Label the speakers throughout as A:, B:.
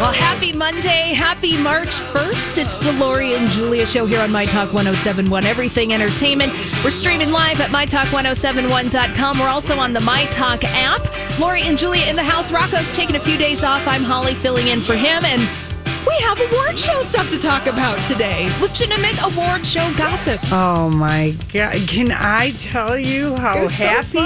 A: Well, happy Monday. Happy March 1st. It's the Lori and Julia show here on My Talk 1071 Everything Entertainment. We're streaming live at MyTalk1071.com. We're also on the My Talk app. Lori and Julia in the house. Rocco's taking a few days off. I'm Holly filling in for him. And we have award show stuff to talk about today. Legitimate award show gossip.
B: Oh my God. Can I tell you how
C: It's so
B: happy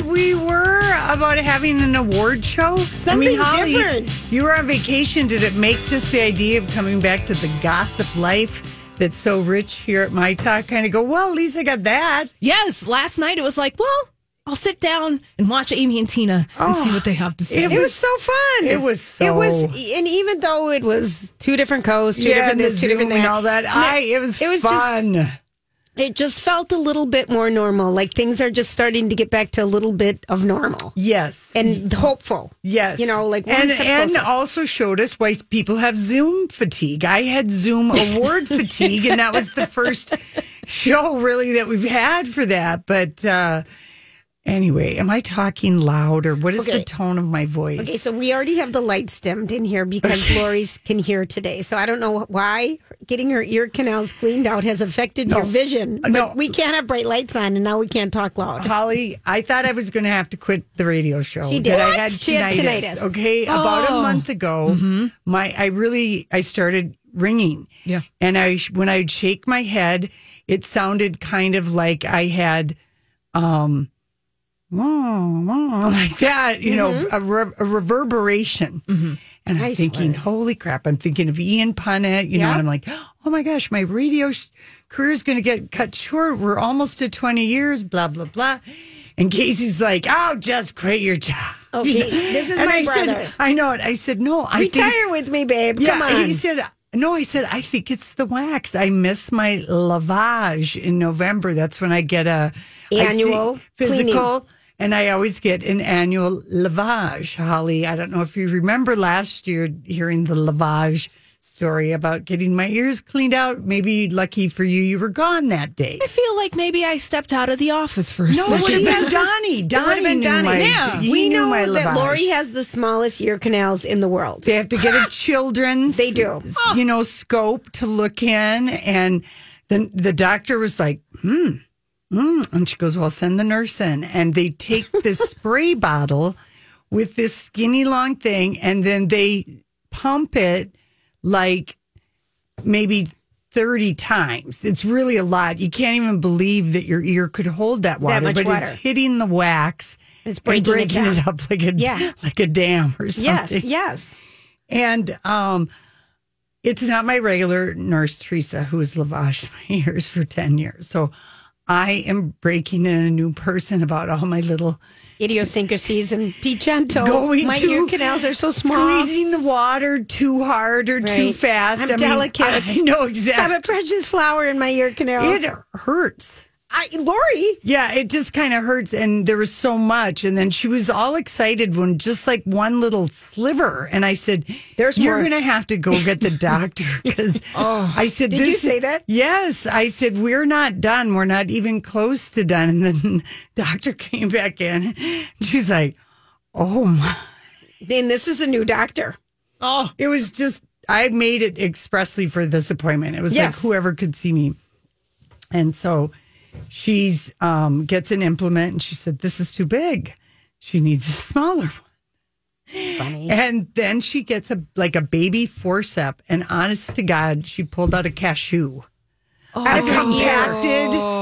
C: fun.
B: we were about having an award show? Something
C: different.
B: You were on vacation. Did it make just the idea of coming back to the gossip life that's so rich here at My Talk kind of go, well, Lisa got that?
A: Yes, last night it was like, well, I'll sit down and watch Amy and Tina and see what they have to say.
B: Oh, it
C: It was so fun.
B: It was
C: It was,
B: so-
C: and even though it was two different coasts, two
B: yeah,
C: different
B: and
C: this,
B: the
C: two
B: Zoom
C: different that,
B: and all that. I, it was,
C: it was just-
B: fun.
C: it just felt a little bit more normal. Like things are just starting to get back to a little bit of normal
B: yes.
C: and hopeful.
B: Yes.
C: you know, like one
B: and
C: step
B: and
C: closer.
B: also showed us why people have Zoom fatigue. I had Zoom award fatigue, and that was the first show really that we've had for that. But uh, anyway, am I talking loud or what is
C: Okay.
B: the tone of my voice?
C: Okay, so we already have the lights dimmed in here because Lori's can hear today. So I don't know why getting her ear canals cleaned out has affected your vision. But
B: No.
C: we can't have bright lights on, and now we can't talk loud.
B: Holly, I thought I was going to have to quit the radio show.
C: She
B: That
C: did.
B: I
C: What?
B: had
C: She had
B: tinnitus.
C: tinnitus. Oh. Mm-hmm.
B: Okay, about a month ago, my I really I started ringing.
A: Yeah.
B: and I sh- when I'd shake my head, it sounded kind of like I had, um, "Wah, wah," like that. You
C: Mm-hmm.
B: know, a, re- a reverberation. And I'm
C: I
B: thinking,
C: swear.
B: holy crap! I'm thinking of Ian Punnett. You know,
C: Yeah.
B: and I'm like, oh my gosh, my radio sh- career is going to get cut short. We're almost to 20 years. Blah blah blah. And Casey's like, oh, just quit your job.
C: Okay, this is
B: and
C: my
B: I
C: brother.
B: Said, I know it. I said, no, I think-
C: Retire with me, babe.
B: yeah,
C: Come on.
B: He said, no, I said, I think it's the wax. I miss my lavage in November. That's when I get a I see-
C: Annual
B: physical. And I always get an annual lavage. Holly, I don't know if you remember last year hearing the lavage story about getting my ears cleaned out. Maybe lucky for you, you were gone that day.
A: I feel like maybe I stepped out of the office for a
B: No, it
A: second.
B: would have been
C: has this-
B: Donnie.
C: It would've
B: Donnie
C: been
B: knew
C: Donnie.
B: my-
A: Yeah.
B: he
C: we
B: knew
C: know
B: my
C: that
B: lavage.
C: Lori has the smallest ear canals in the world.
B: They have to get a children's
C: They do.
B: you know, scope to look in and then the doctor was like, "Hmm." Mm. And she goes, "Well, send the nurse in." And they take this spray bottle with this skinny long thing and then they pump it like maybe 30 times. It's really a lot. You can't even believe that your ear could hold that water,
C: much
B: but
C: water.
B: it's hitting the wax.
C: It's
B: and
C: breaking it down.
B: up like a
C: Yeah.
B: like a dam or something.
C: Yes, yes.
B: And um, it's not my regular nurse, Teresa, who has lavaged my ears for 10 years. So I am breaking in a new person about all my little
C: Idiosyncrasies and be gentle.
B: Going
C: Oh, My
B: to-
C: ear canals are so small.
B: squeezing the water too hard or too
C: Right.
B: fast.
C: I'm delicate.
B: I know
C: I have a
B: exactly.
C: precious flower in my ear canal.
B: It hurts.
C: I, Lori,
B: Yeah, it just kind of hurts. And there was so much. And then she was all excited when just like one little sliver. And I said,
C: There's
B: You're
C: more." Oh.
B: going to have to go get the doctor. Because I said,
C: Did you
B: this,
C: say that?
B: Yes. I said, We're not done. We're not even close to done. And then doctor came back in. She's like, Oh my.
C: then this is a new doctor.
B: Oh. It was just, I made it expressly for this appointment. It was
C: Yes.
B: like whoever could see me. And so she's um, gets an implement and she said, This is too big. She needs a smaller one. Funny. And then she gets a like a baby forcep, and honest to God, she pulled out a cashew.
C: Out
B: a
C: of her ear.
B: compacted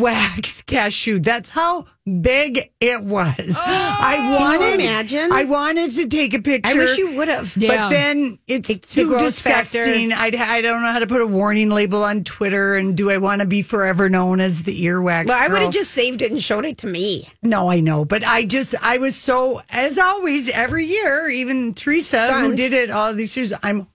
B: wax cashew. That's how big it was. I
C: Can you
B: wanted
C: imagine?
B: I wanted to take a picture.
C: I wish you would have.
A: Yeah.
B: But then it's
C: It's the
B: too
C: gross factor.
B: disgusting. I'd, I don't know how to put a warning label on Twitter. And do I want to be forever known as the earwax?
C: Well, I would
B: girl?
C: have just saved it and shown it to me.
B: No, I know. But I just, I was so, as always, every year, even Teresa, who
C: Stunned.
B: did it all these years, I'm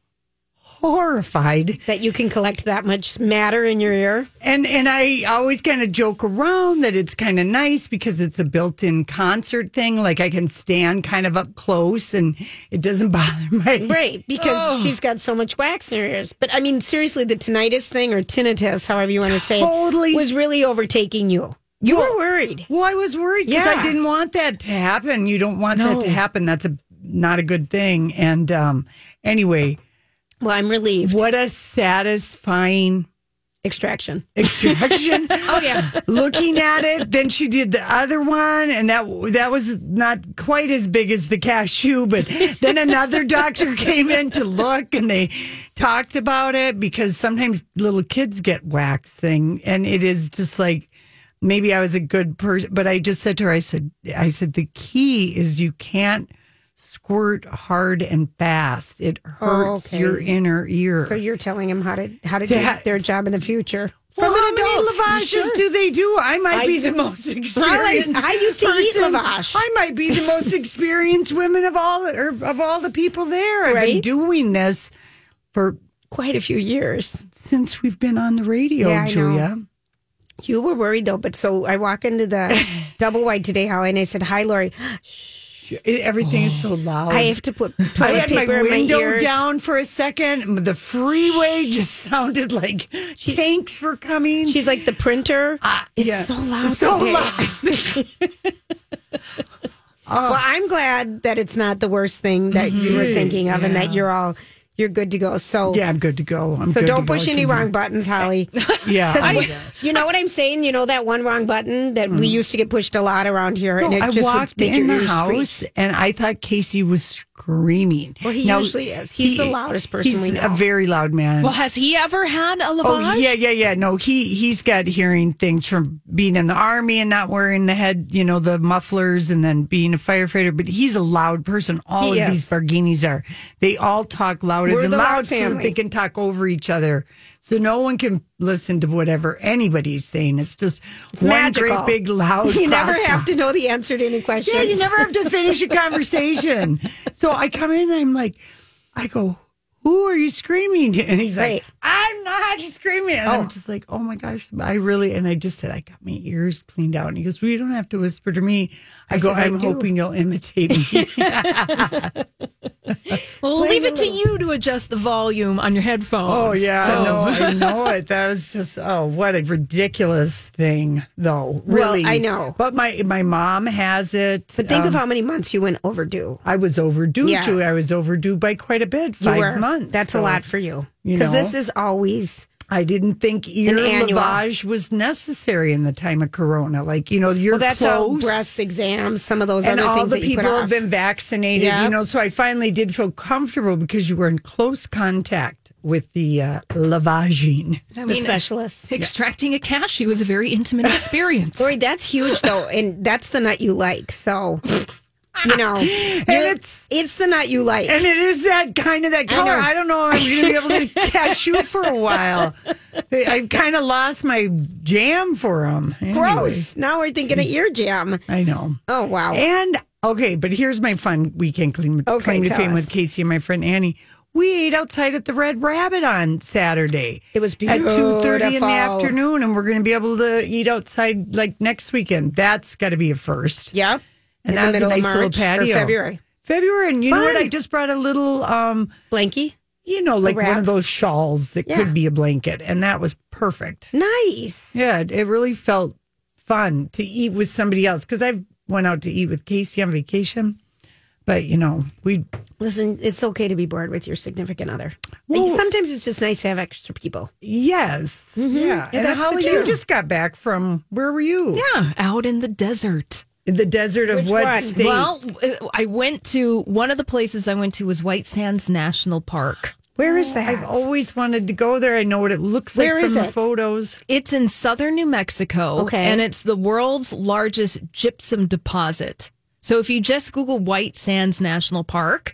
B: horrified.
C: That you can collect that much matter in your ear.
B: And and I always kind of joke around that it's kind of nice because it's a built-in concert thing. Like I can stand kind of up close, and it doesn't bother my
C: Right, because she's got so much wax in her ears. But I mean, seriously, the tinnitus thing or tinnitus, however you want to say
B: Totally.
C: it, was really overtaking you. You were worried.
B: Well, I was worried because I
C: Yeah.
B: didn't want that to happen. You don't want that to happen. That's a not a good thing. And um, anyway,
C: Well, I'm relieved.
B: what a satisfying
C: Extraction.
B: extraction.
A: Oh yeah.
B: Looking at it, then she did the other one, and that that was not quite as big as the cashew. But then another doctor came in to look, and they talked about it because sometimes little kids get wax thing, and it is just like maybe I was a good person, but I just said to her, I said, I said the key is you can't squirt hard and fast; it hurts
C: okay.
B: your inner ear.
C: So you're telling them how to how to do
B: That-
C: their job in the future.
B: Well, how many lavages
C: Sure.
B: do they do? I might
C: I-
B: be the most
C: I,
B: experienced.
C: like, I used to
B: person.
C: eat lavash.
B: I might be the most experienced women of all or of all the people there. I've been
C: Right?
B: doing this for
C: Quite a few years.
B: since we've been on the radio,
C: Yeah, I know.
B: Julia.
C: You were worried though, but so I walk into the double wide today, Holly, and I said, "Hi, Lori.
B: It- E, Everything is so loud.
C: Oh. I have to put toilet
B: I had my
C: paper in
B: window
C: my ears."
B: down for a second. The freeway just sounded like tanks were coming.
C: She's like the printer.
A: Ah,
C: it's
B: yeah.
C: so loud.
B: So
C: today."
B: loud. Oh.
C: Well, I'm glad that it's not the worst thing that you were thinking of, and that you're all you're good to go. So
B: Mm-hmm. yeah, I'm good to go. I'm
C: So
B: good to
C: don't
B: go.
C: push
B: I
C: any
B: can-
C: wrong buttons, Holly.
B: Yeah, I,
C: you know what I'm saying? You know that one wrong button that we used to get pushed a lot around here, and it
B: Mm-hmm. I
C: just
B: walked
C: would make
B: in
C: your
B: the
C: ears
B: house
C: screech.
B: and I thought Casey was screaming.
C: Well, he usually is. He's the loudest person
B: he's
C: we
B: A
C: know.
B: very loud man.
A: Well, has he ever had a lavage?
B: Oh yeah, yeah, yeah. No, he he's got hearing things from being in the army and not wearing the head, you know, the mufflers, and then being a firefighter. But he's a loud person. All
C: He
B: of these
C: is.
B: Barghinis are. They all talk louder
C: We're
B: than
C: the loud
B: loud, so that
C: family.
B: they can talk over each other. So no one can listen to whatever anybody's saying. It's just one
C: magical.
B: great big loud.
C: You never have
B: crosstalk.
C: to know the answer to any questions.
B: Yeah, you never have to finish a conversation. so I come in and I'm like, I go, who are you screaming? to?" And he's like,
C: Right.
B: I'm not screaming. And
C: Oh.
B: I'm just like, oh my gosh, I really, and I just said, I got my ears cleaned out. And he goes, well, you don't have to whisper to me. I, go,
C: said, "I
B: I'm
C: do."
B: hoping you'll imitate me.
A: Well, we'll
C: Play
A: leave it
C: the
A: to you to adjust the volume on your headphones.
B: oh, yeah.
A: So-
B: I know. I know it. That was just, oh, what a ridiculous thing, though. Really.
C: I know.
B: But my, my mom has it.
C: But think of how many months you went overdue.
B: I was overdue,
C: Yeah.
B: Julie. I was overdue by quite a bit,
C: You
B: five
C: were-
B: months.
C: That's a
B: so-
C: lot for you.
B: you
C: Because
B: know.
C: this is always
B: I didn't think ear
C: annual.
B: lavage was necessary in the time of Corona. Like you know, you're
C: well. That's all
B: close,
C: breast exams. Some of those
B: and
C: other
B: all
C: things
B: the
C: that you put
B: people have
C: off.
B: been vaccinated.
C: Yeah.
B: You know, so I finally did feel comfortable because you were in close contact with the uh, lavaging.
A: I
C: the
A: mean,
C: specialists.
A: extracting a cashew was a very intimate experience.
C: Lori, that's huge though, and that's the nut you like. So, you know,
B: it's-
C: it's the nut you like.
B: And it is that kind of that
C: I
B: color.
C: know.
B: I, don't know. if I'm going to be able to catch you for a while. They, I've kind of lost my jam for them.
C: Gross. Now we're thinking of ear jam.
B: I know.
C: Oh wow.
B: And okay, but here's my fun weekend claim,
C: Okay,
B: claim to
C: tell
B: fame
C: us.
B: with Casey and my friend Annie. We ate outside at the Red Rabbit on Saturday.
C: It was
B: at two thirty in
C: beautiful.
B: the afternoon, and we're going to be able to eat outside like next weekend. That's got to be a first.
C: yeah.
B: And
C: in the
B: that was a
C: middle
B: nice
C: of March
B: little
C: Or
B: patio.
C: February.
B: February, and you know what?
C: Fun.
B: I just brought a little, um,
C: Blanky.
B: you know, like one
C: wrap?
B: of those shawls that
C: Yeah.
B: could be a blanket, and that was perfect.
C: Nice.
B: Yeah, it, it really felt fun to eat with somebody else because I've went out to eat with Casey on vacation, but you know we
C: Listen, it's okay to be bored with your significant other.
B: Well-
C: Sometimes it's just nice to have extra people.
B: yes
A: Mm-hmm.
B: yeah. And
C: that's the
B: Holly, you
C: truth.
B: just got back from where were you?
A: yeah, out in the desert.
B: In the desert of
C: Which
B: what
C: one?
B: state?
A: Well, uh, I went to one of the places I went to was White Sands National Park.
C: Where is that?
B: I've always wanted to go there. I know what it looks like
C: Where
B: from
C: is
B: the
C: it?
B: photos.
A: It's in southern New Mexico.
C: Okay.
A: And it's the world's largest gypsum deposit. So if you just Google White Sands National Park,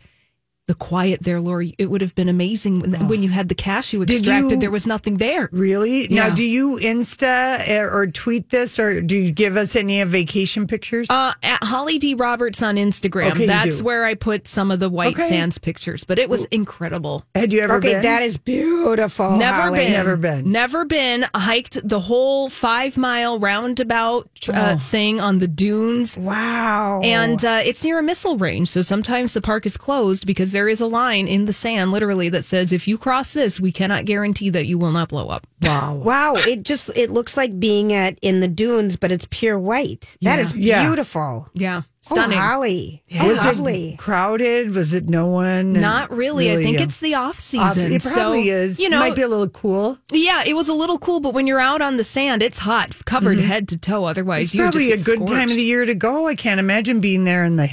A: the quiet there, Lori, it would have been amazing when, when you had the cashew extracted.
B: Oh. you-
A: There was nothing there.
B: Really?
A: Yeah.
B: Now, do you Insta eh, or- or tweet this, or do you give us any of vacation pictures?
A: Uh, at Holly D. Roberts on Instagram.
B: Okay, you
A: That's
B: do.
A: where I put some of the White
B: Okay.
A: Sands pictures, but it was incredible.
B: Had you ever
C: okay,
B: been?
C: that is beautiful.
A: Never
C: Holly.
A: been.
B: Never been.
A: Never been. Hiked the whole five mile roundabout uh,
B: Oh.
A: thing on the dunes.
C: Wow.
A: And uh, it's near a missile range. So sometimes the park is closed because there is a line in the sand, literally, that says, if you cross this, we cannot guarantee that you will not blow up.
B: Wow.
C: Wow, it just it looks like being at in the dunes, but it's pure white. That is
B: Yeah.
C: beautiful.
A: Yeah. Stunning.
C: Oh, Holly. How
B: Was
C: lovely.
B: it crowded? Was it no one? And
A: Not really. I think
B: uh,
A: it's the off
B: off-
A: season.
B: It probably
A: so,
B: is.
A: You know,
B: might be a little cool.
A: yeah, it was a little cool, but when you're out on the sand, it's hot, covered head to toe. Otherwise,
B: Mm-hmm. It's
A: you
B: probably a
A: just
B: good time of the year to go. I can't imagine being there in the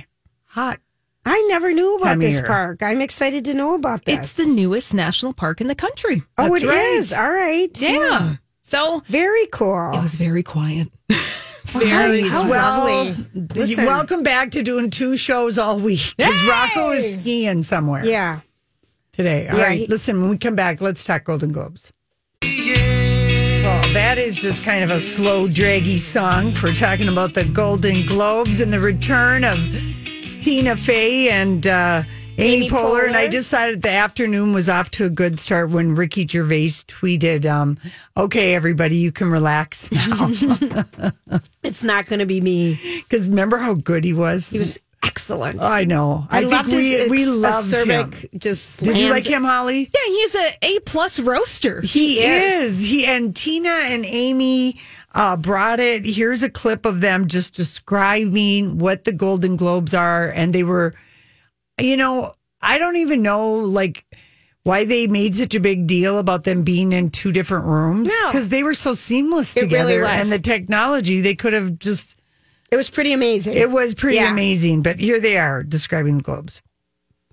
B: hot.
C: I never knew about
B: Time of
C: this
B: year.
C: park. I'm excited to know about this.
A: It's the newest national park in the country.
C: oh, it
B: That's
C: is.
B: right.
C: All right.
A: Yeah. So
C: Very cool.
A: it was very quiet.
C: Very
B: Nice. Well,
C: lovely.
B: you-
C: Listen.
B: welcome back to doing two shows all week because Rocco is skiing somewhere
C: Yeah.
B: today. All right,
C: Yeah, he-
B: listen, when we come back, let's talk Golden Globes. Well, that is just kind of a slow, draggy song for talking about the Golden Globes and the return of Tina Fey and uh, Amy,
C: Amy
B: Poehler. And I
C: Poehler.
B: just thought the afternoon was off to a good start when Ricky Gervais tweeted, um, "Okay, everybody, you can relax now."
C: It's not going to be me.
B: Because remember how good he was?
D: He was excellent.
B: I know. Oh, I, think
D: loved
B: we
D: his
B: we
D: ex-
B: loved him.
D: acerbic Just
B: Did you like
D: slams.
B: him, Holly?
A: Yeah, he's a A plus roaster.
B: He
D: is.
B: is. He and Tina and Amy uh, brought it. Here's a clip of them just describing what the Golden Globes are, and they were, you know, I don't even know like why they made such a big deal about them being in two different rooms
C: No.
B: because they were so seamless
C: It really
B: together,
C: was.
B: and the technology they could have just.
C: It was pretty amazing.
B: It was pretty
C: Yeah.
B: amazing. But here they are describing the Globes.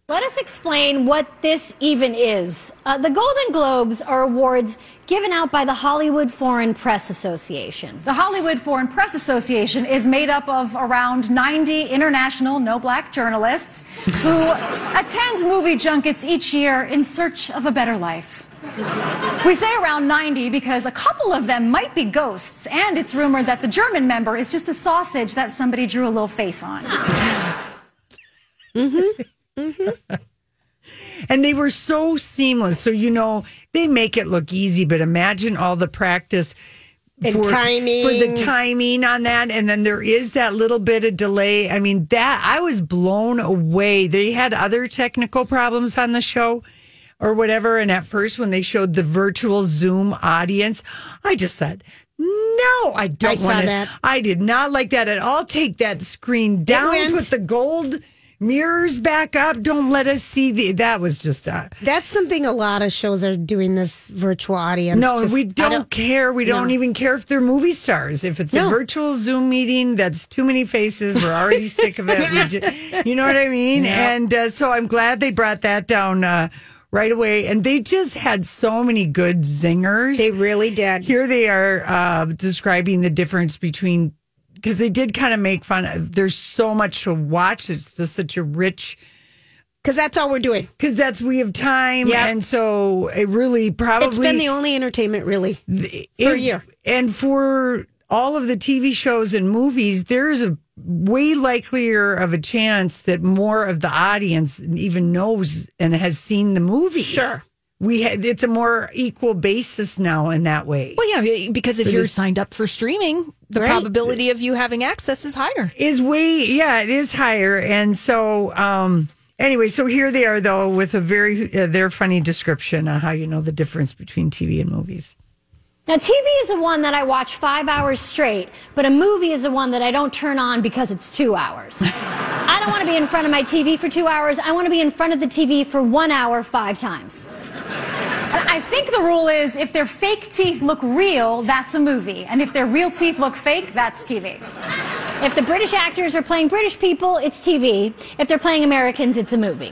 E: Let us explain what this even is. Uh, the Golden Globes are awards given out by the Hollywood Foreign Press Association.
F: The Hollywood Foreign Press Association is made up of around 90 international no black journalists who attend movie junkets each year in search of a better life. We say around 90 because a couple of them might be ghosts, and it's rumored that the German member is just a sausage that somebody drew a little face on.
B: And they were so seamless. So, you know, they make it look easy, but imagine all the practice
C: And timing.
B: for the timing on that. And then there is that little bit of delay. I mean, that I was blown away. They had other technical problems on the show or whatever. And at first, when they showed the virtual Zoom audience, I just thought, no, I don't
C: saw
B: want
C: that.
B: to. I did not like that at all. Take that screen down,
C: went.
B: put the gold mirrors back up. Don't let us see the. That was just uh,
C: That's something a lot of shows are doing this virtual audience.
B: no.
C: Just-
B: we
C: I
B: don't, care. We don't
C: no.
B: even care if they're movie stars. If it's a
C: No.
B: virtual Zoom meeting, that's too many faces. We're already sick of it. We ju- you know what I mean? And uh, so I'm glad they brought that down uh, right away. And they just had so many good zingers.
C: They really did.
B: Here they are uh, describing the difference between because they did kind of make fun. Of, there's so much to watch. It's just such a rich
C: Because that's all we're doing.
B: because that's we have time,
C: Yep.
B: and so it really probably
C: It's been the only entertainment, really.
B: for
C: year.
B: and for all of the TV shows and movies, there is a way likelier of a chance that more of the audience even knows and has seen the movies. Sure. We ha- it's a more equal basis now in that way.
A: Well, yeah, because if you're signed up for streaming, the
C: Right.
A: probability of you having access is higher.
B: is way yeah it is higher and so um anyway so here they are though with a very uh, their funny description on how you know the difference between tv and movies
E: Now, TV is the one that I watch five hours straight, but a movie is the one that I don't turn on because it's two hours. I don't want to be in front of my TV for two hours. I want to be in front of the TV for one hour five times.
F: And I think the rule is if their fake teeth look real, that's a movie, and if their real teeth look fake, that's TV.
E: If the British actors are playing British people, it's TV. If they're playing Americans, it's a movie.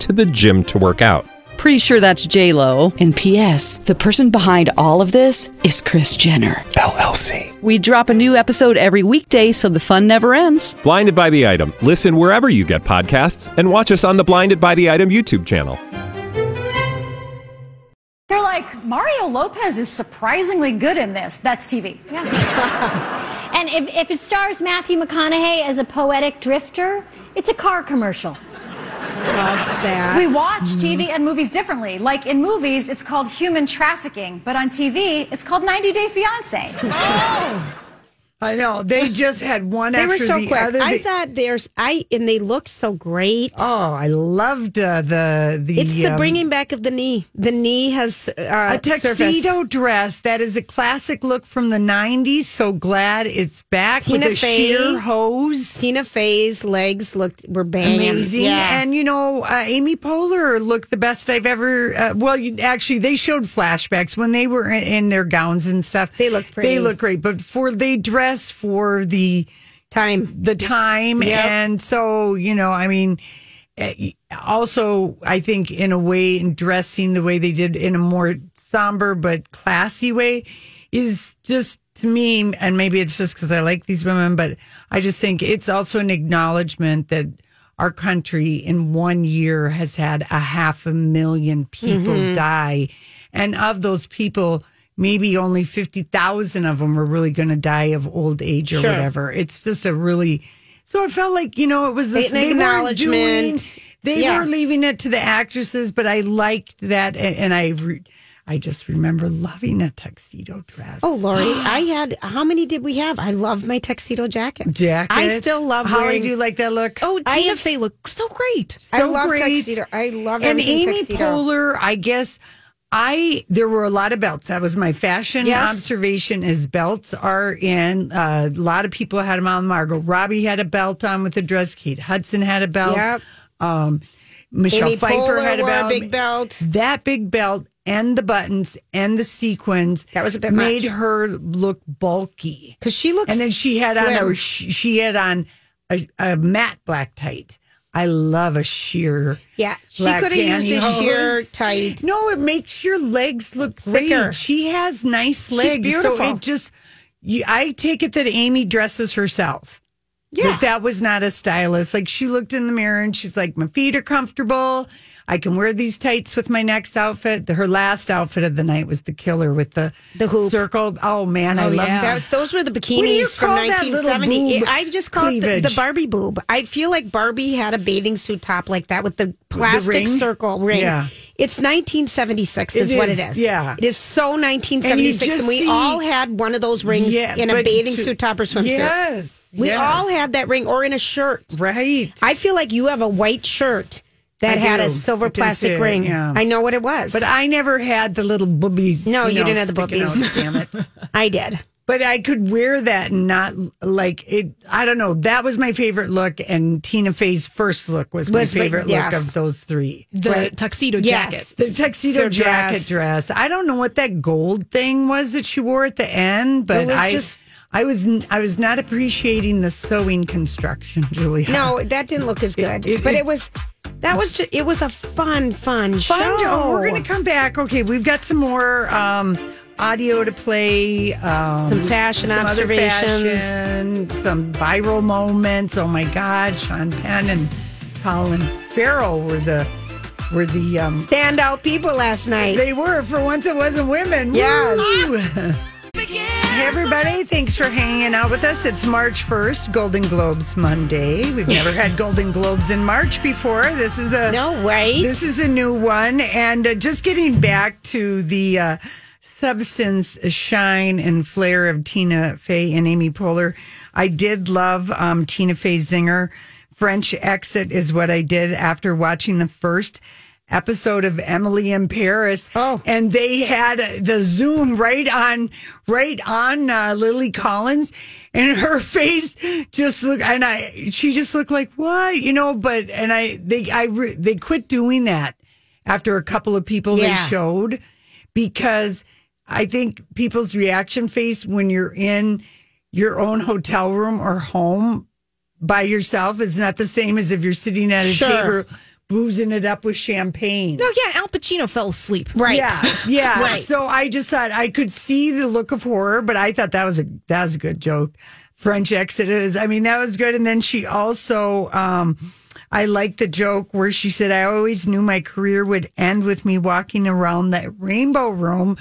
D: to the gym to work out.
G: Pretty sure that's J Lo.
H: And P.S. The person behind all of this is Chris Jenner
D: LLC.
G: We drop a new episode every weekday, so the fun never ends.
D: Blinded by the item. Listen wherever you get podcasts, and watch us on the Blinded by the Item YouTube channel.
F: They're like, Mario Lopez is surprisingly good in this. That's TV.
E: And if, if it stars Matthew McConaughey as a poetic drifter, it's a car commercial.
C: Loved that.
F: We watch TV and movies differently. Like in movies, it's called human trafficking, but on TV, it's called 90 Day Fiancé.
B: I know. They just had one
C: They
B: after
C: were so
B: the
C: quick.
B: other. They-
C: I thought there's I and they look so great.
B: oh, I loved uh, the the.
C: it's the
B: um,
C: bringing back of the knee. The knee has uh,
B: a tuxedo
C: surfaced.
B: dress that is a classic look from the '90s. So glad it's back
C: Tina
B: with the
C: Fey.
B: sheer hose.
C: Tina Fey's legs looked were banging.
B: Amazing,
C: Yeah.
B: and you know, uh, Amy Poehler looked the best I've ever. Uh, well, you, actually, they showed flashbacks when they were in, in their gowns and stuff.
C: They look pretty.
B: They look great, but for they dress for the
C: Time.
B: the time and so you know i mean eh, also i think in a way in dressing the way they did in a more somber but classy way is just to me and maybe it's just because i like these women but i just think it's also an acknowledgement that our country in one year has had a half a million people
C: Mm-hmm.
B: die and of those people maybe only 50,000 of them were really going to die of old age or whatever. It's just a really so it felt like, you know, it was this,
C: An acknowledgement.
B: They
C: Yeah.
B: were leaving it to the actresses, but I liked that a- and I re, I just remember loving a tuxedo dress.
C: Oh, Lori, I had how many did we have? I love my tuxedo jacket.
B: jacket.
C: I still love
B: How I
C: wearing-
B: do like that look.
C: Oh,
A: I
C: Tina
A: have they look so great.
C: I
B: so
C: love
B: great.
C: tuxedo. I love
B: and
C: everything
B: Amy
C: tuxedo.
B: Poehler. I guess I there were a lot of belts. That was my fashion
C: Yes.
B: observation. Is belts are in uh, a lot of people had them on. Margot Robbie had a belt on with the dress. Kate Hudson had a belt.
C: Yep.
B: Um, Michelle
C: Amy
B: Pfeiffer
C: Poehler
B: had a
C: wore
B: belt.
C: big belt.
B: That big belt and the buttons and the sequins
C: That was a bit
B: made
C: much.
B: her look bulky.
C: Because she looks
B: And then she had on a
C: slim.
B: she, she had on a, a matte black tight. I love a sheer.
C: Yeah, she
B: black
C: could have used a
B: pantyhose.
C: sheer tight.
B: No, it makes your legs look great.
C: Thicker.
B: She has nice legs. So
C: beautiful.
B: it just, you, I take it that Amy dresses herself. Yeah. That that was not a stylist. Like she looked in the mirror and she's like, my feet are comfortable. I can wear these tights with my next outfit. Her last outfit of the night was the killer with the,
C: The hoop.
B: circle. Oh man, I love
C: That
B: that.
C: was, those were the
B: What do you
C: bikinis from
B: call that little
C: 1970.
B: boob
C: I just call it the, the
B: cleavage?
C: Barbie boob. I feel like Barbie had a bathing suit top like that with the plastic
B: ring?
C: circle ring.
B: Yeah.
C: It's 1976
B: It
C: is what
B: is,
C: it is.
B: yeah.
C: It is so 1976 and,
B: just
C: we
B: see-
C: all had one of those rings in a
B: but
C: bathing
B: to-
C: suit top or swimsuit.
B: Yes.
C: We
B: yes.
C: all had that ring or in a shirt.
B: Right.
C: I feel like you have a white shirt that
B: I
C: had a
B: do.
C: silver
B: I can
C: plastic
B: see it,
C: ring.
B: yeah.
C: I know what it was.
B: But I never had the little boobies.
C: No, you didn't have the
B: sticking out,
C: boobies.
B: Damn it.
C: I did.
B: But I could wear that and not like it. I don't know. That was my favorite look, and Tina Fey's first look was my
C: Was my-
B: favorite
C: yes.
B: look of those three.
A: The
C: Right.
A: tuxedo
C: Yes.
A: jacket.
B: The tuxedo
C: Her dress.
B: jacket dress. I don't know what that gold thing was that she wore at the end, but
C: was
B: I,
C: just-
B: I was, n- I was not appreciating the sewing construction, Julia.
C: No, that didn't look as good.
B: it-
C: but it,
B: it-
C: was that was just it was a fun,
B: fun.
C: fun, show.
B: Oh, we're gonna come back. Okay, we've got some more um, audio to play. Um,
C: Some fashion
B: some other
C: observations.
B: fashion, some viral moments. Oh my God, Sean Penn and Colin Farrell were the were the um,
C: Standout people last night.
B: they were for once it wasn't women. Woo!
C: Yes.
B: Hey everybody, thanks for hanging out with us. It's March 1st, Golden Globes Monday. We've never had Golden Globes in March before. This is a
C: no way.
B: this is a new one. And uh, just getting back to the uh, substance, uh, shine, and flair of Tina Fey and Amy Poehler, I did love um, Tina Fey's zinger. French exit is what I did after watching the first episode of Emily in Paris.
C: Oh.
B: and they had uh, the Zoom right on, right on uh, Lily Collins, and her face just look. And I, she just looked like what you know. But and I, they, I, re- they quit doing that after a couple of people they
C: Yeah.
B: showed because I think people's reaction face when you're in your own hotel room or home by yourself is not the same as if you're sitting at a
C: Sure.
B: table boozing it up with champagne.
A: No, Oh, yeah, Al Pacino fell asleep.
C: Right.
B: Yeah, yeah.
C: Right.
B: So I just thought I could see the look of horror, but I thought that was a that was a good joke. French exit is. I mean, that was good. And then she also, um, I like the joke where she said, "I always knew my career would end with me walking around that rainbow room,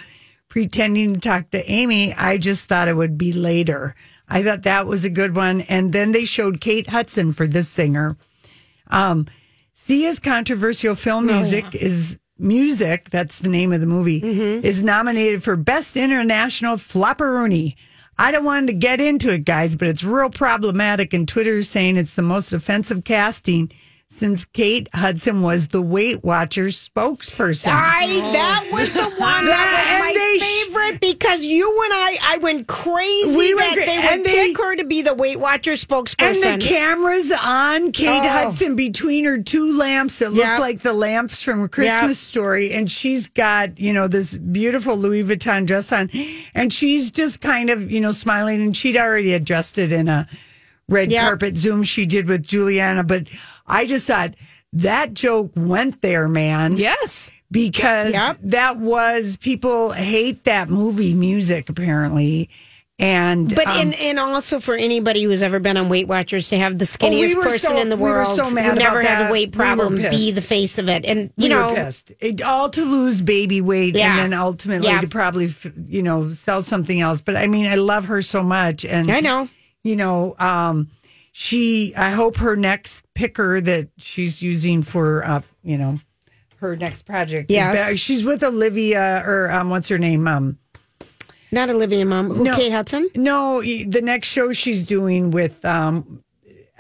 B: pretending to talk to Amy. I just thought it would be later." I thought that was a good one. And then they showed Kate Hudson for this singer. Thea's controversial film music is music. That's the name of the movie. Is nominated for best international flopperoonie. I don't want to get into it, guys, but it's real problematic. And Twitter is saying it's the most offensive casting since Kate Hudson was the Weight Watchers spokesperson.
C: I that was the one that,
B: That- and they sh-
C: was my favorite because you and I I went crazy
B: We went
C: that
B: cra-
C: they
B: and
C: would
B: they-
C: pick her to be the Weight Watcher
B: and
C: spokesperson.
B: the cameras on Kate
C: Oh.
B: Hudson between her two lamps that look
C: Yep.
B: like the lamps from Christmas Story, and she's got you know this beautiful Louis Vuitton dress on, and she's just kind of you know smiling, and she'd already adjusted in a red
C: Yep.
B: carpet Zoom she did with Juliana, but I just thought that joke went there, man
A: Yes.
B: because
C: Yep.
B: that was people hate that movie music apparently, and
C: but
B: um,
C: and, and also for anybody who's ever been on Weight Watchers to have the
B: Oh, we
C: skinniest
B: were
C: person
B: so-
C: in the
B: we were
C: world
B: so mad
C: who never
B: about
C: has
B: that.
C: a weight
B: We were
C: problem be
B: pissed.
C: the face of it, and you
B: we
C: know
B: were pissed. It, all to lose baby weight
C: Yeah.
B: and then ultimately
C: Yeah.
B: to probably, f- you know, sell something else. But I mean, I love her so much. And
C: I know.
B: you know, um, she, I hope her next picker that she's using for, uh, you know, her next project. is
C: Yes.
B: better. She's with Olivia or um, what's her name? Um,
C: Not Olivia Mom, who
B: No.
C: Kate Hudson.
B: no, y- the next show she's doing with um,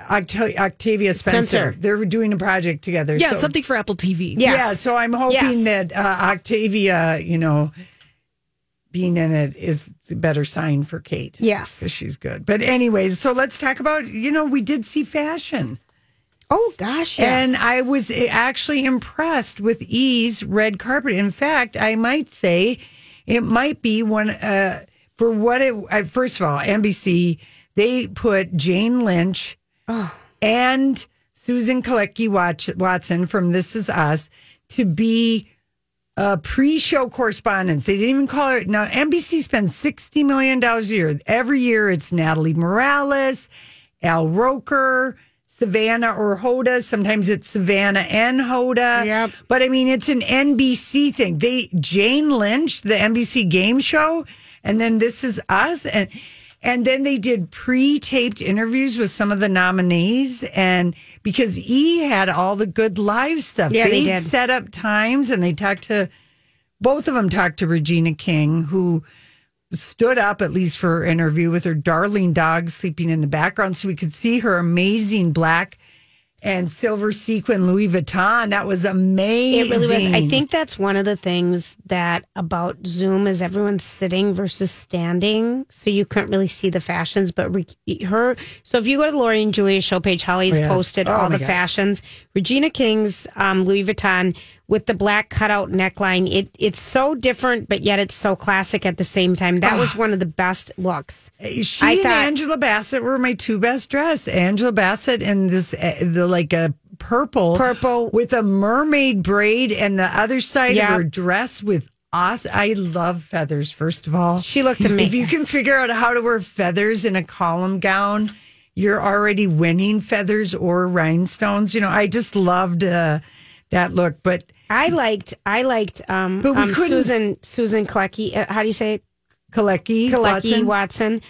B: Octa- Octavia Spencer.
C: Spencer.
B: They're doing a project together.
A: Yeah,
B: So-
A: something for Apple TV.
C: Yes.
B: yeah, so I'm hoping
C: Yes.
B: that uh, Octavia, you know, being in it is a better sign for Kate.
C: Yes.
B: 'Cause she's good. But anyways, so let's talk about, you know, we did see fashion.
C: Oh gosh, yes.
B: And I was eh, actually impressed with E's red carpet. In fact, I might say it might be one uh, for what it. I, first of all, NBC they put Jane Lynch
C: Oh.
B: and Susan Kalecki Watch, Watson from This Is Us to be uh, pre-show correspondence. They didn't even call her. Now NBC spends sixty million dollars a year. Every year, it's Natalie Morales, Al Roker, Savannah or Hoda. Sometimes it's Savannah and Hoda.
C: Yep.
B: But I mean, it's an NBC thing. They Jane Lynch, the NBC game show, and then This Is Us, and and then they did pre-taped interviews with some of the nominees, and because E had all the good live stuff,
C: Yeah, they
B: They'd
C: did.
B: set up times, and they talked to both of them talked to Regina King, who stood up at least for her interview with her darling dog sleeping in the background so we could see her amazing black and silver sequin Louis Vuitton. That was amazing.
C: It really was. I think that's one of the things that about Zoom is everyone's sitting versus standing, so you couldn't really see the fashions. But re- her, so if you go to Lori and Julia's show page, Holly's
B: Yeah.
C: posted
B: Oh,
C: all
B: my
C: the
B: gosh.
C: fashions. Regina King's um, Louis Vuitton with the black cutout neckline. It it's so different, but yet it's so classic at the same time. That
B: Ah.
C: was one of the best looks.
B: she
C: I
B: and
C: thought-
B: Angela Bassett were my two best dress. Angela Bassett in this uh, the like a purple
C: Purple.
B: with a mermaid braid and the other side
C: Yeah.
B: of her dress with awesome. I love feathers. First of all,
C: She looked amazing.
B: If you can figure out how to wear feathers in a column gown, you're already winning feathers or rhinestones. You know, I just loved uh, that look. But
C: I liked, I liked, um,
B: But we
C: um,
B: couldn't-
C: Susan, Susan Klecki. Uh, how do you say it?
B: Kalecki,
C: Kalecki Watson.
B: Watson,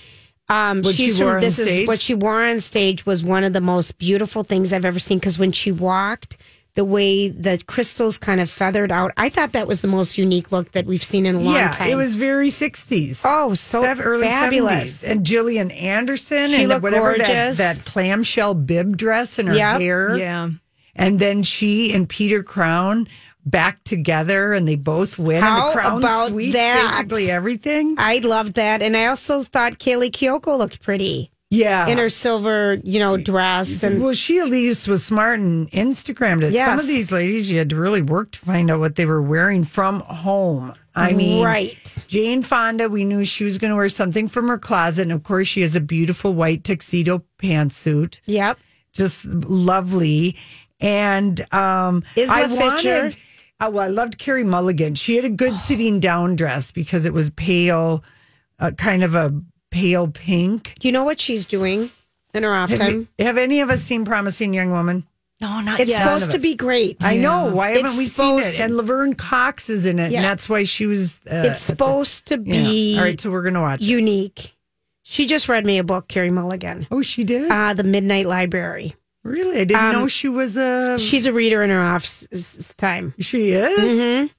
C: Um,
B: What
C: she's
B: she wore
C: from,
B: on
C: this
B: stage?
C: is what she wore on stage was one of the most beautiful things I've ever seen because when she walked, the way the crystals kind of feathered out, I thought that was the most unique look that we've seen in a long
B: yeah,
C: time.
B: it was very sixties.
C: oh so
B: Sev- early
C: fabulous.
B: 70s. And Gillian Anderson
C: She
B: and
C: looked
B: whatever that,
C: gorgeous.
B: that clamshell bib dress and her
C: Yep.
B: hair.
A: Yeah.
B: And then she and Peter Crown back together and they both win. and
C: How
B: the crown
C: about
B: sweeps
C: that?
B: basically everything.
C: I loved that. And I also thought Kaylee Kyoko looked pretty
B: Yeah.
C: in her silver, you know, dress. And
B: well, she at least was smart and Instagrammed it. Some
C: Yes.
B: of these ladies, you had to really work to find out what they were wearing from home.
C: Mm-hmm.
B: I mean,
C: Right.
B: Jane Fonda, we knew she was going to wear something from her closet. And of course, she has a beautiful white tuxedo pantsuit,
C: yep.
B: just lovely. And um,
C: Isla
B: I
C: Fisher.
B: wanted, uh, well, I loved Carrie Mulligan. She had a good sitting down dress because it was pale, uh, kind of a pale pink.
C: You know what she's doing in her off
B: Have,
C: time?
B: have any of us seen Promising Young Woman?
A: No, not
C: It's
A: yet.
C: supposed to be great.
B: I know. Why
C: It's
B: haven't we seen
C: supposed
B: it?
C: to-
B: And Laverne Cox is in it,
C: Yeah.
B: and that's why she was. Uh,
C: It's supposed to
B: yeah.
C: be
B: All right, so we're gonna watch. it.
C: unique. She just read me a book, Carrie Mulligan,
B: Oh, she did.
C: uh, The Midnight Library.
B: really? I didn't
C: um,
B: know she was a. She,
C: She's a reader in her off s- s- time.
B: is.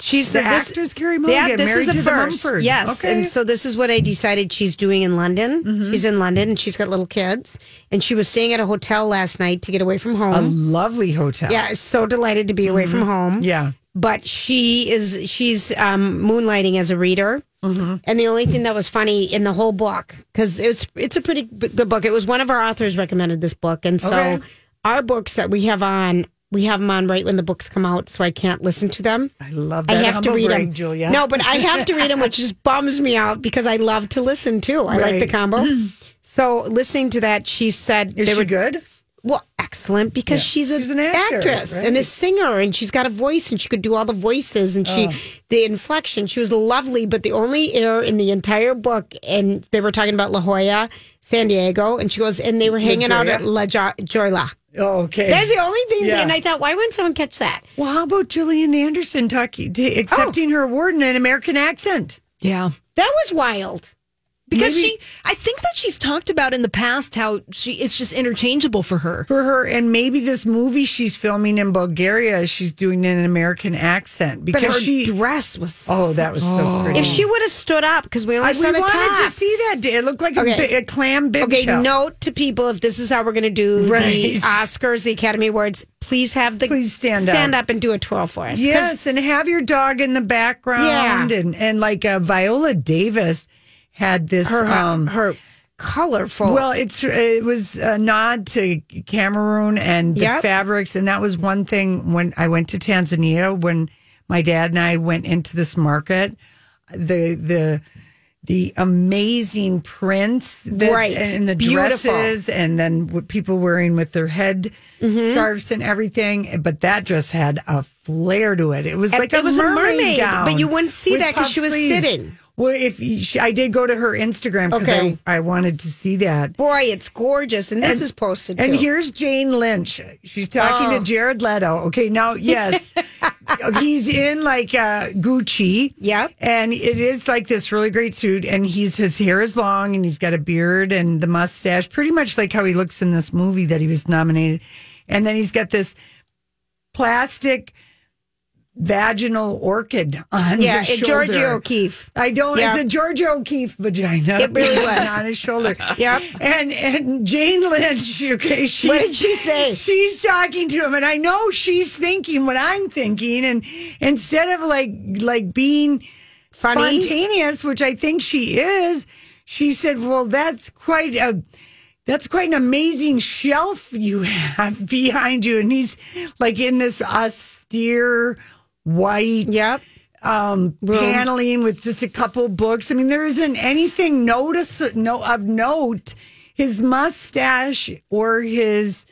C: She's
B: The
C: the, Mm-hmm. this,
B: actress Carey Mulligan,
C: this
B: married
C: is a
B: to the
C: first.
B: Mumford.
C: Yes,
B: Okay. Mm-hmm.
C: and so this is what I decided she's doing in London. She's in London and she's got little kids, and she was staying at a hotel last night to get away from
B: A
C: home.
B: lovely hotel.
C: yeah, so delighted to be away from home.
B: Yeah.
C: but she is she's um, moonlighting as a reader.
B: Mm-hmm.
C: And the only thing that was funny in the whole book because it's it's a pretty b- good book. It was one of our authors recommended this book, and so
B: Okay.
C: our books that we have on we have them on right when the books come out, so I can't listen to them.
B: I love
C: I
B: that.
C: have to
B: humble
C: read
B: brag,
C: them,
B: Julia.
C: No, but I have to read them, which just bums me out because I love to listen too. I like the
B: Right.
C: combo. So listening to that, she said
B: is
C: they
B: she
C: were
B: good?
C: well excellent because she's, a
B: She's an actor,
C: actress and a
B: right.
C: singer, and she's got a voice, and she could do all the voices, and
B: Oh.
C: she the inflection. She was lovely, but the only error in the entire book, and they were talking about La Jolla, San Diego, and she goes, and they were hanging out at La jo- Jolla.
B: Oh, okay.
C: That's the only thing,
B: Yeah.
C: and I thought, why wouldn't someone catch that?
B: well, how about Gillian Anderson talking,
C: Oh.
B: t- accepting her award in an American accent?
A: Yeah.
C: That was wild.
A: Because
B: Maybe-
A: she, I think that she's talked about in the past how she it's just interchangeable for her.
B: for her and maybe this movie she's filming in Bulgaria she's doing an American accent
C: But
B: because
C: her
B: she
C: dress was.
B: oh that was so pretty
C: If she would have stood up, because we only
B: I
C: saw
B: we
C: the
B: wanted
C: top.
B: to see that day it looked like a,
C: Okay.
B: bi- a clam bib
C: okay,
B: shell
C: note to people: if this is how we're going to do the
B: Right.
C: Oscars, the Academy Awards, please have the
B: Please stand up.
C: stand up and do a twirl for us. 'Cause
B: yes and have your dog in the background
C: Yeah.
B: and and like uh, Viola Davis had this
C: her
B: um
C: her colorful.
B: well, it's it was a nod to Cameroon and the
C: Yep.
B: fabrics, and that was one thing when I went to Tanzania when my dad and I went into this market. The the the amazing prints, that,
C: Right.
B: and the
C: Beautiful.
B: dresses, and then what people wearing with their head
C: Mm-hmm.
B: scarves and everything. But that dress had a flare to it. It was
C: And
B: like
C: it
B: a
C: was a
B: mermaid,
C: mermaid,
B: gown
C: but you wouldn't see
B: with
C: that 'cause she
B: puff
C: was
B: sleeves.
C: sitting.
B: Well, if she, I did go to her Instagram because
C: Okay.
B: I, I wanted to see that.
C: boy, it's gorgeous, and this is posted.
B: And
C: too.
B: here's Jane Lynch. She's talking
C: Oh.
B: to Jared Leto. Okay, now yes, he's in like uh, Gucci.
C: Yep.
B: and it is like this really great suit. And he's his hair is long, and he's got a beard and the mustache, pretty much like how he looks in this movie that he was nominated. And then he's got this plastic vaginal orchid on
C: yeah,
B: his
C: and
B: shoulder.
C: Georgie O'Keefe.
B: I don't.
C: Yeah.
B: It's a George O'Keefe vagina.
C: It really
B: It's
C: was.
B: on his shoulder.
C: Yep.
B: And and Jane Lynch. Okay, she
C: What did she say?
B: She's talking to him, and I know she's thinking what I'm thinking, and instead of like like being
C: Funny.
B: spontaneous, which I think she is, she said, "Well, that's quite a." That's quite an amazing shelf you have behind you. And he's like in this austere white
C: Yep.
B: um,
C: Room.
B: paneling with just a couple books. I mean, there isn't anything notice no of note. His mustache or his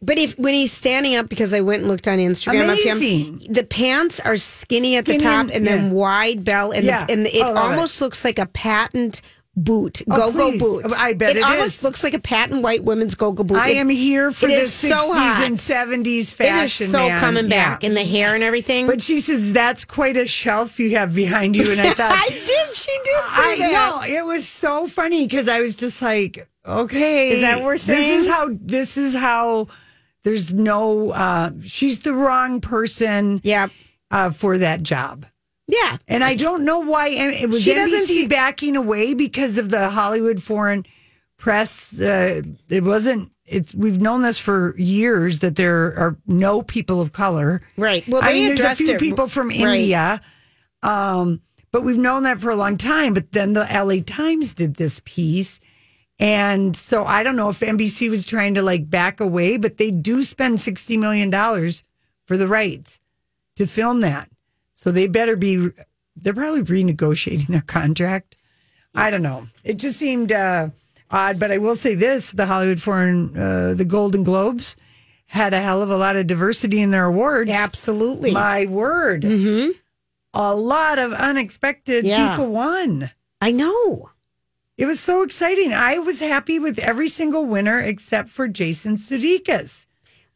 C: But if when he's standing up, because I went and looked on Instagram of
B: Amazing.
C: him, the pants are skinny at the
B: Skinny
C: top
B: and-
C: and then
B: yeah.
C: wide bell, and the-
B: Yeah. Oh,
C: and it
B: I love
C: almost looks like a patent boot,
B: Oh,
C: go go
B: please.
C: boot.
B: I bet it
C: almost
B: is.
C: looks like a patent white women's go go boot.
B: I
C: It-
B: am here for
C: it
B: the
C: is so
B: sixties
C: hot.
B: and seventies
C: It is
B: fashion.
C: so
B: man.
C: coming back,
B: Yeah.
C: and the hair and everything.
B: But she says that's quite a shelf you have behind you, and I thought
C: I did. She did say
B: I
C: that.
B: know it was so funny because I was just like, okay,
C: Is that what we're
B: This
C: saying?
B: is how. This is how. There's no. Uh, she's the wrong person
C: Yeah.
B: uh, for that job.
C: Yeah.
B: And I don't know why and it was
C: She
B: she
C: doesn't
B: NBC
C: see-
B: backing away because of the Hollywood foreign press. Uh, it wasn't. It's we've known this for years that there are no people of color.
C: Right. Well,
B: I
C: they
B: mean, there's
C: addressed
B: a few
C: it-
B: people from
C: right.
B: India, um, but we've known that for a long time. But then the LA Times did this piece. And so I don't know if NBC was trying to like back away, but they do spend $60 million for the rights to film that. So they better be, they're probably renegotiating their contract. I don't know. It just seemed uh, odd, but I will say this the Hollywood Foreign, uh, the Golden Globes had a hell of a lot of diversity in their awards.
C: Absolutely.
B: My word. Mm-hmm. A lot of unexpected
C: Yeah.
B: people won.
C: I know.
B: It was so exciting. I was happy with every single winner except for Jason Sudeikis.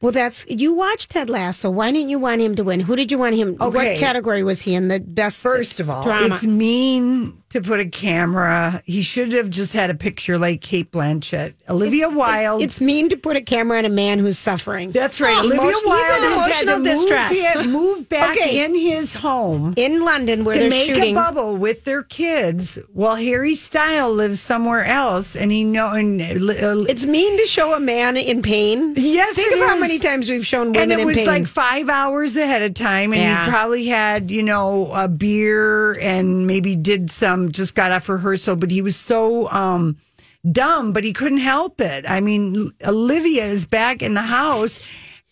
C: Well, that's you watched Ted Lasso. Why didn't you want him to win? Who did you want him?
B: Okay.
C: What category was he in? The best.
B: First of all,
C: drama.
B: it's mean to put a camera. He should have just had a picture like Kate Blanchett, Olivia Wilde.
C: It's mean to put a camera on a man who's suffering.
B: that's right, Olivia
C: Emotion-
B: Wilde.
C: He's
B: has
C: in
B: had to
C: emotional distress.
B: Move, he had moved back
C: Okay.
B: in his home
C: in London where
B: to
C: they're
B: make
C: shooting.
B: a bubble with their kids, while Harry Style lives somewhere else, and he know and uh,
C: It's mean to show a man in pain.
B: Yes,
C: think
B: it
C: of how
B: is.
C: many times we've shown women
B: and it
C: in
B: was
C: pain.
B: like five hours ahead of time and
C: Yeah.
B: he probably had you know a beer and maybe did some just got off rehearsal but he was so um dumb but he couldn't help it i mean olivia is back in the house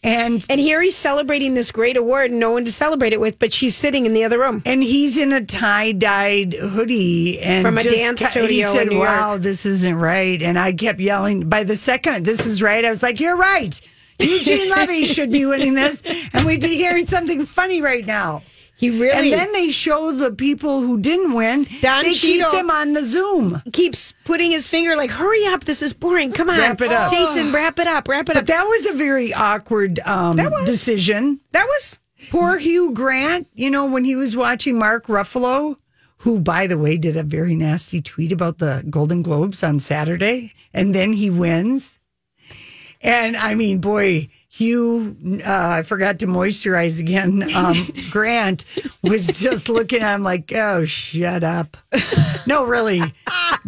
B: and
C: and here he's celebrating this great award, and no one to celebrate it with, but she's sitting in the other room.
B: and he's in a tie-dyed hoodie and
C: From a
B: just
C: dance
B: ca- he
C: studio in
B: said
C: New York.
B: wow this isn't right and i kept yelling by the second this is right i was like you're right eugene levy should be winning this and we'd be hearing something funny right now
C: He really
B: And then they show the people who didn't win.
C: Don
B: they
C: Cheadle.
B: keep them on the Zoom.
C: keeps putting his finger like, "Hurry up! This is boring. Come on,
B: Wrap it up.
C: Jason. Wrap it up. Wrap it
B: But
C: up."
B: that was a very awkward um, decision.
C: That was
B: Poor Hugh Grant, you know, when he was watching Mark Ruffalo, who, by the way, did a very nasty tweet about the Golden Globes on Saturday, and then he wins. And I mean, boy, Hugh, uh, I forgot to moisturize again. Um, Grant was just looking at him like, oh, shut up. No, really,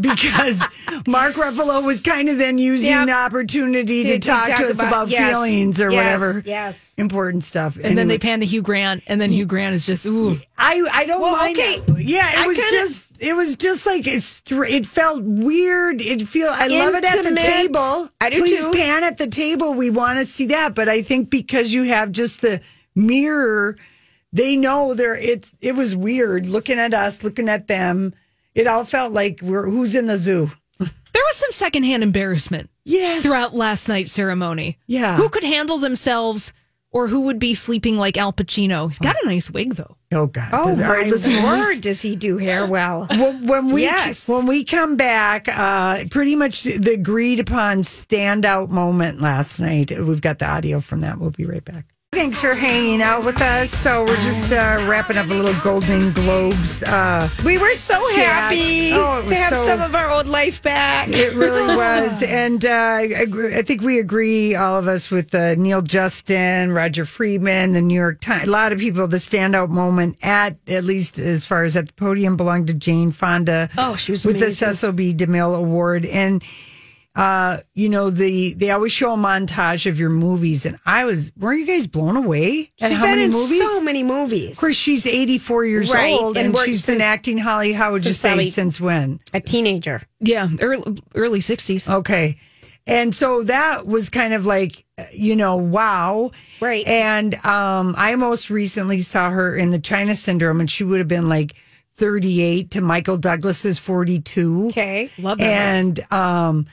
B: because Mark Ruffalo was kind of then using
C: Yep.
B: the opportunity to, talk, to us about,
C: yes,
B: feelings or
C: yes,
B: whatever
C: Yes.
B: important stuff.
A: And then they pan to Hugh Grant, and then Hugh Grant is just ooh.
B: I I don't
C: Well,
B: mind.
C: okay.
B: it. Yeah, it
C: I
B: was
C: kinda-
B: just it was just like it's str- it felt weird. It feel I love it at the
C: Intimate.
B: table.
C: I do
B: Please
C: too.
B: pan at the table. We want to see that, but I think because you have just the mirror, they know there. It's it was weird looking at us, looking at them. It all felt like we're who's in the zoo.
A: There was some secondhand embarrassment
B: Yes.
A: throughout last night's ceremony.
B: Yeah.
A: who could handle themselves, or who would be sleeping like Al Pacino? He's got a nice wig though.
B: Oh God.
C: Oh
B: Does- all right,
C: my
B: listen,
C: word! Does he do hair well?
B: when, when we
C: Yes.
B: when we come back, uh, pretty much the agreed upon standout moment last night. We've got the audio from that. We'll be right back. Thanks for hanging out with us. So we're just uh, wrapping up a little Golden Globes. Uh,
C: We were so happy
B: Oh, it was
C: to have
B: so-
C: some of our old life back.
B: it really was, and uh, I, agree- I think we agree, all of us, with uh, Neil Justin, Roger Friedman, the New York Times. A lot of people. The standout moment at at least as far as at the podium belonged to Jane Fonda.
C: Oh, she was
B: with the
C: amazing.
B: Cecil B. DeMille Award, and uh, you know the they always show a montage of your movies, and I was were you guys blown away at
C: She's
B: how
C: been
B: many
C: in
B: movies?
C: so many movies.
B: of course, she's 84 years
C: Right,
B: old,
C: and
B: and,
C: worked
B: she's been
C: since-
B: acting Holly. How would you
C: since
B: say
C: probably-
B: since when?
C: a teenager.
A: Yeah, early early sixties.
B: Okay. And so that was kind of like, you know, wow.
C: Right.
B: And um, I most recently saw her in the China Syndrome, and she would have been like 38 to Michael Douglas's 42.
C: Okay.
A: Love that.
B: And, um,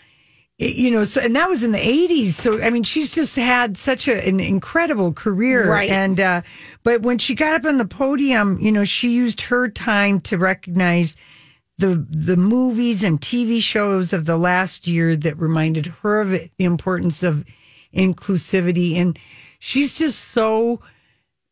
B: it- you know, so, and that was in the 80s. So, I mean, she's just had such a, an incredible career.
C: Right.
B: And, uh, but when she got up on the podium, you know, she used her time to recognize the the movies and TV shows of the last year that reminded her of it, the importance of inclusivity and she's just so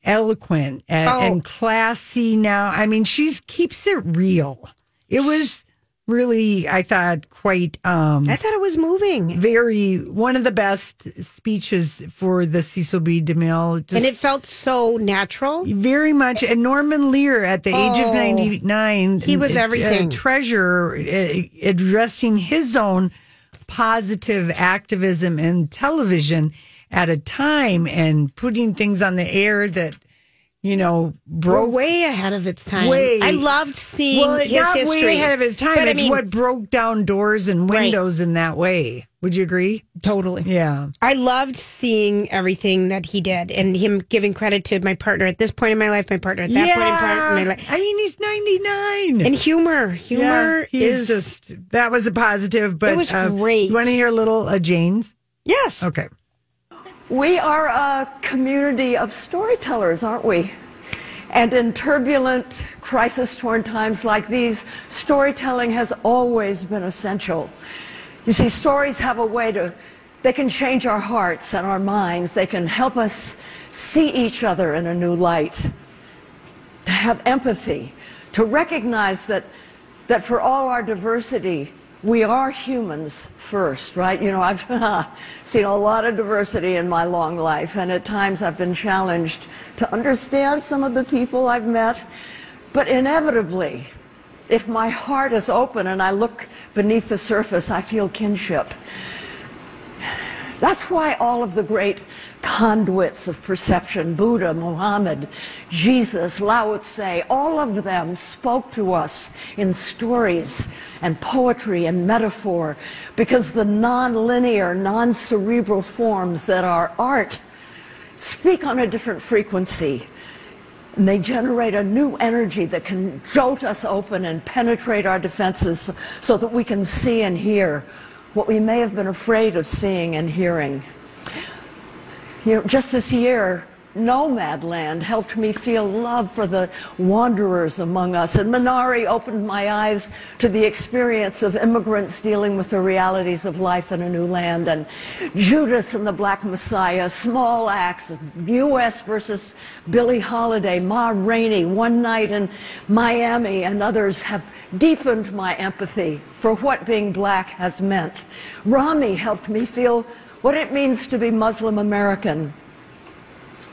B: eloquent and,
C: Oh.
B: and classy now. I mean, she's keeps it real. It was really I thought quite um
C: I thought it was moving.
B: very one of the best speeches for the Cecil B. DeMille. Just
C: and it felt so natural.
B: very much. And Norman Lear, at the age of
C: Oh.
B: 99,
C: He was
B: a- a
C: everything.
B: treasurer, uh, addressing uh, his own positive activism in television at a time and putting things on the air that you know
C: We're
B: broke
C: way ahead of its time.
B: Way-
C: I loved seeing
B: well,
C: his
B: not
C: history.
B: way ahead of his time.
C: But I
B: it's
C: mean,
B: what broke down doors and
C: Right.
B: windows in that way. Would you agree?
C: totally.
B: Yeah.
C: I loved seeing everything that he did and him giving credit to my partner at this point in my life, my partner at that point in part in my life.
B: I mean, he's 99.
C: And humor.
B: Yeah,
C: Humor
B: he's
C: is
B: just that was a positive, but uh,
C: It was great.
B: You want to hear a little uh, Jane's?
C: Yes.
B: Okay.
I: We are a community of storytellers, aren't we? And in turbulent, crisis torn times like these, storytelling has always been essential. You see, stories have a way to, they can change our hearts and our minds. They can help us see each other in a new light to have empathy, to recognize that, that for all our diversity, we are humans first, right? You know, I've seen a lot of diversity in my long life, and at times I've been challenged to understand some of the people I've met. But inevitably, if my heart is open and I look beneath the surface, I feel kinship. That's why all of the great conduits of perception, Buddha, Muhammad, Jesus, Lao Tse, all of them spoke to us in stories and poetry and metaphor because the nonlinear, non cerebral forms that are art speak on a different frequency. And they generate a new energy that can jolt us open and penetrate our defenses so that we can see and hear what we may have been afraid of seeing and hearing. You know, just this year, Nomadland helped me feel love for the wanderers among us, and Minari opened my eyes to the experience of immigrants dealing with the realities of life in a new land, and Judas and the Black Messiah, Small Axe, U.S. versus Billie Holiday, Ma Rainey, One Night in Miami, and others have deepened my empathy for what being black has meant. Rami helped me feel what it means to be Muslim American.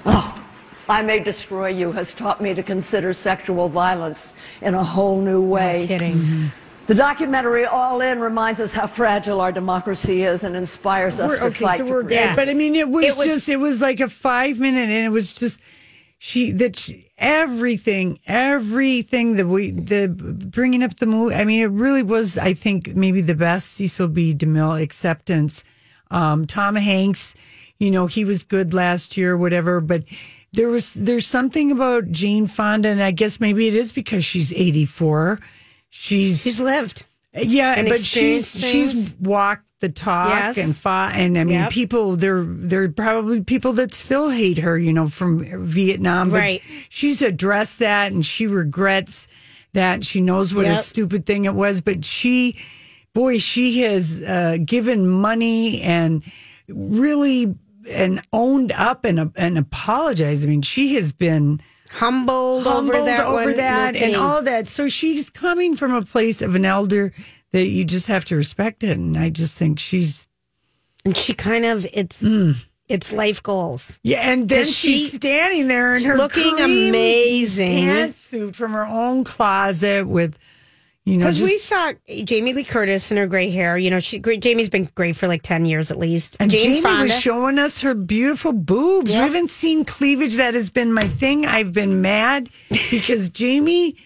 I: Oh, I May Destroy You has taught me to consider sexual violence in a whole new way.
C: kidding.
I: The documentary All In reminds us how fragile our democracy is and inspires us
B: We're-
I: to
B: okay,
I: fight.
B: so
I: to
B: we're good.
I: protect
B: But I mean, it was,
C: It was-
B: just it was like a five minute, and it was just she that she, everything, everything that we the bringing up the movie. I mean, it really was. I think maybe the best Cecil B. DeMille acceptance. Um, Tom Hanks, you know, he was good last year, whatever, but. There was there's something about Jane Fonda, and I guess maybe it is because she's 84. She's
C: She's lived.
B: yeah,
C: and
B: but she's
C: experience
B: she's
C: things.
B: walked the talk
C: Yes.
B: and fought, and I mean,
C: Yep.
B: people there there are probably people that still hate her, you know, from Vietnam. But
C: Right.
B: She's addressed that, and she regrets that. She knows what a
C: Yep.
B: stupid thing it was, but she, boy, she has uh, given money and really and owned up and and apologized. I mean, she has been
C: Humbled,
B: humbled
C: over that. one. No
B: and
C: kidding.
B: all that. So she's coming from a place of an elder that you just have to respect it. And I just think she's
C: And she kind of it's
B: Mm.
C: it's life goals.
B: yeah. And then
C: 'Cause
B: she's
C: she-
B: standing there in her
C: looking
B: cream
C: amazing.
B: pantsuit from her own closet with you know
C: Because
B: just
C: we saw Jamie Lee Curtis in her gray hair. You know, she great, Jamie's been gray for like ten years at least.
B: And
C: Jane
B: Jamie
C: Fonda.
B: was showing us her beautiful boobs. We haven't seen cleavage. That has been my thing. I've been mad because Jamie,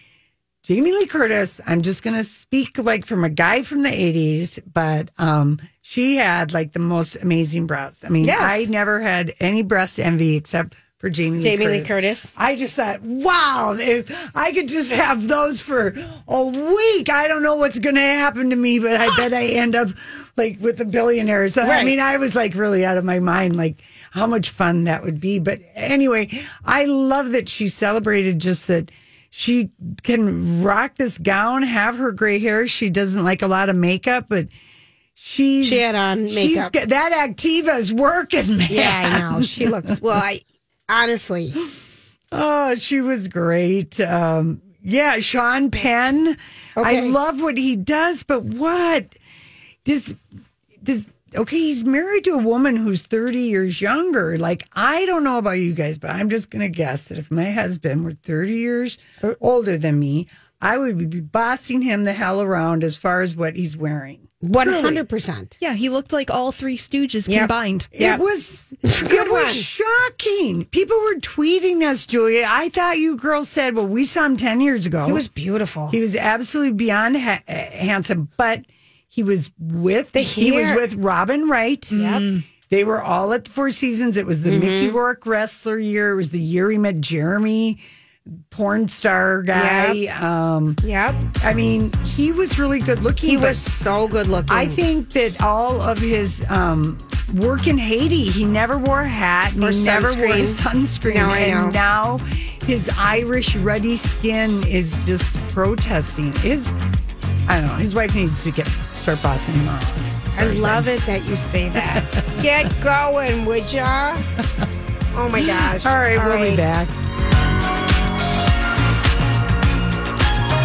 B: Jamie Lee Curtis, I'm just going to speak like from a guy from the 80s, but um, she had like the most amazing breasts. I mean,
C: Yes.
B: I never had any breast envy except for Jamie Lee
C: Jamie Lee
B: Curtis.
C: Curtis.
B: I just thought, wow, if I could just have those for a week, I don't know what's going to happen to me, but I bet I end up like with the billionaires. I
C: Right.
B: mean, I was like really out of my mind, like how much fun that would be. But anyway, I love that she celebrated just that she can rock this gown, have her gray hair. She doesn't like a lot of makeup, but. She's,
C: She had on
B: she's
C: makeup.
B: got- that Activa is working, man.
C: Yeah, I know. She looks well. I honestly,
B: Oh, she was great. Um, yeah, Sean Penn. I
C: Okay.
B: love what he does, but what this this okay, he's married to a woman who's 30 years younger. Like, I don't know about you guys, but I'm just gonna guess that if my husband were 30 years older than me, I would be bossing him the hell around as far as what he's wearing.
C: One hundred percent.
A: Yeah, he looked like all three Stooges
C: Yep.
A: combined.
C: Yep.
B: It was it was
C: one.
B: shocking. People were tweeting us, Julia. I thought you girls said, "Well, we saw him ten years ago."
C: He was beautiful.
B: He was absolutely beyond ha- uh, handsome, but he was with
C: The
B: he was
C: hair.
B: with Robin Wright. Yep. They were all at the Four Seasons. It was the
C: Mm-hmm.
B: Mickey Rourke wrestler year. It was the year he met Jeremy, porn star guy. Um,
C: Yep.
B: I mean, he was really good looking.
C: He
B: but
C: was so good looking.
B: I think that all of his um, work in Haiti, he never wore a hat and
C: Or
B: he never wore
C: sunscreen.
B: sunscreen.
C: Now I
B: and
C: know.
B: now his Irish ruddy skin is just protesting. His, I don't know, his wife needs to get start bossing him off.
C: I love it that you say that. Get going, would ya? Oh my gosh.
B: All right, we'll be back.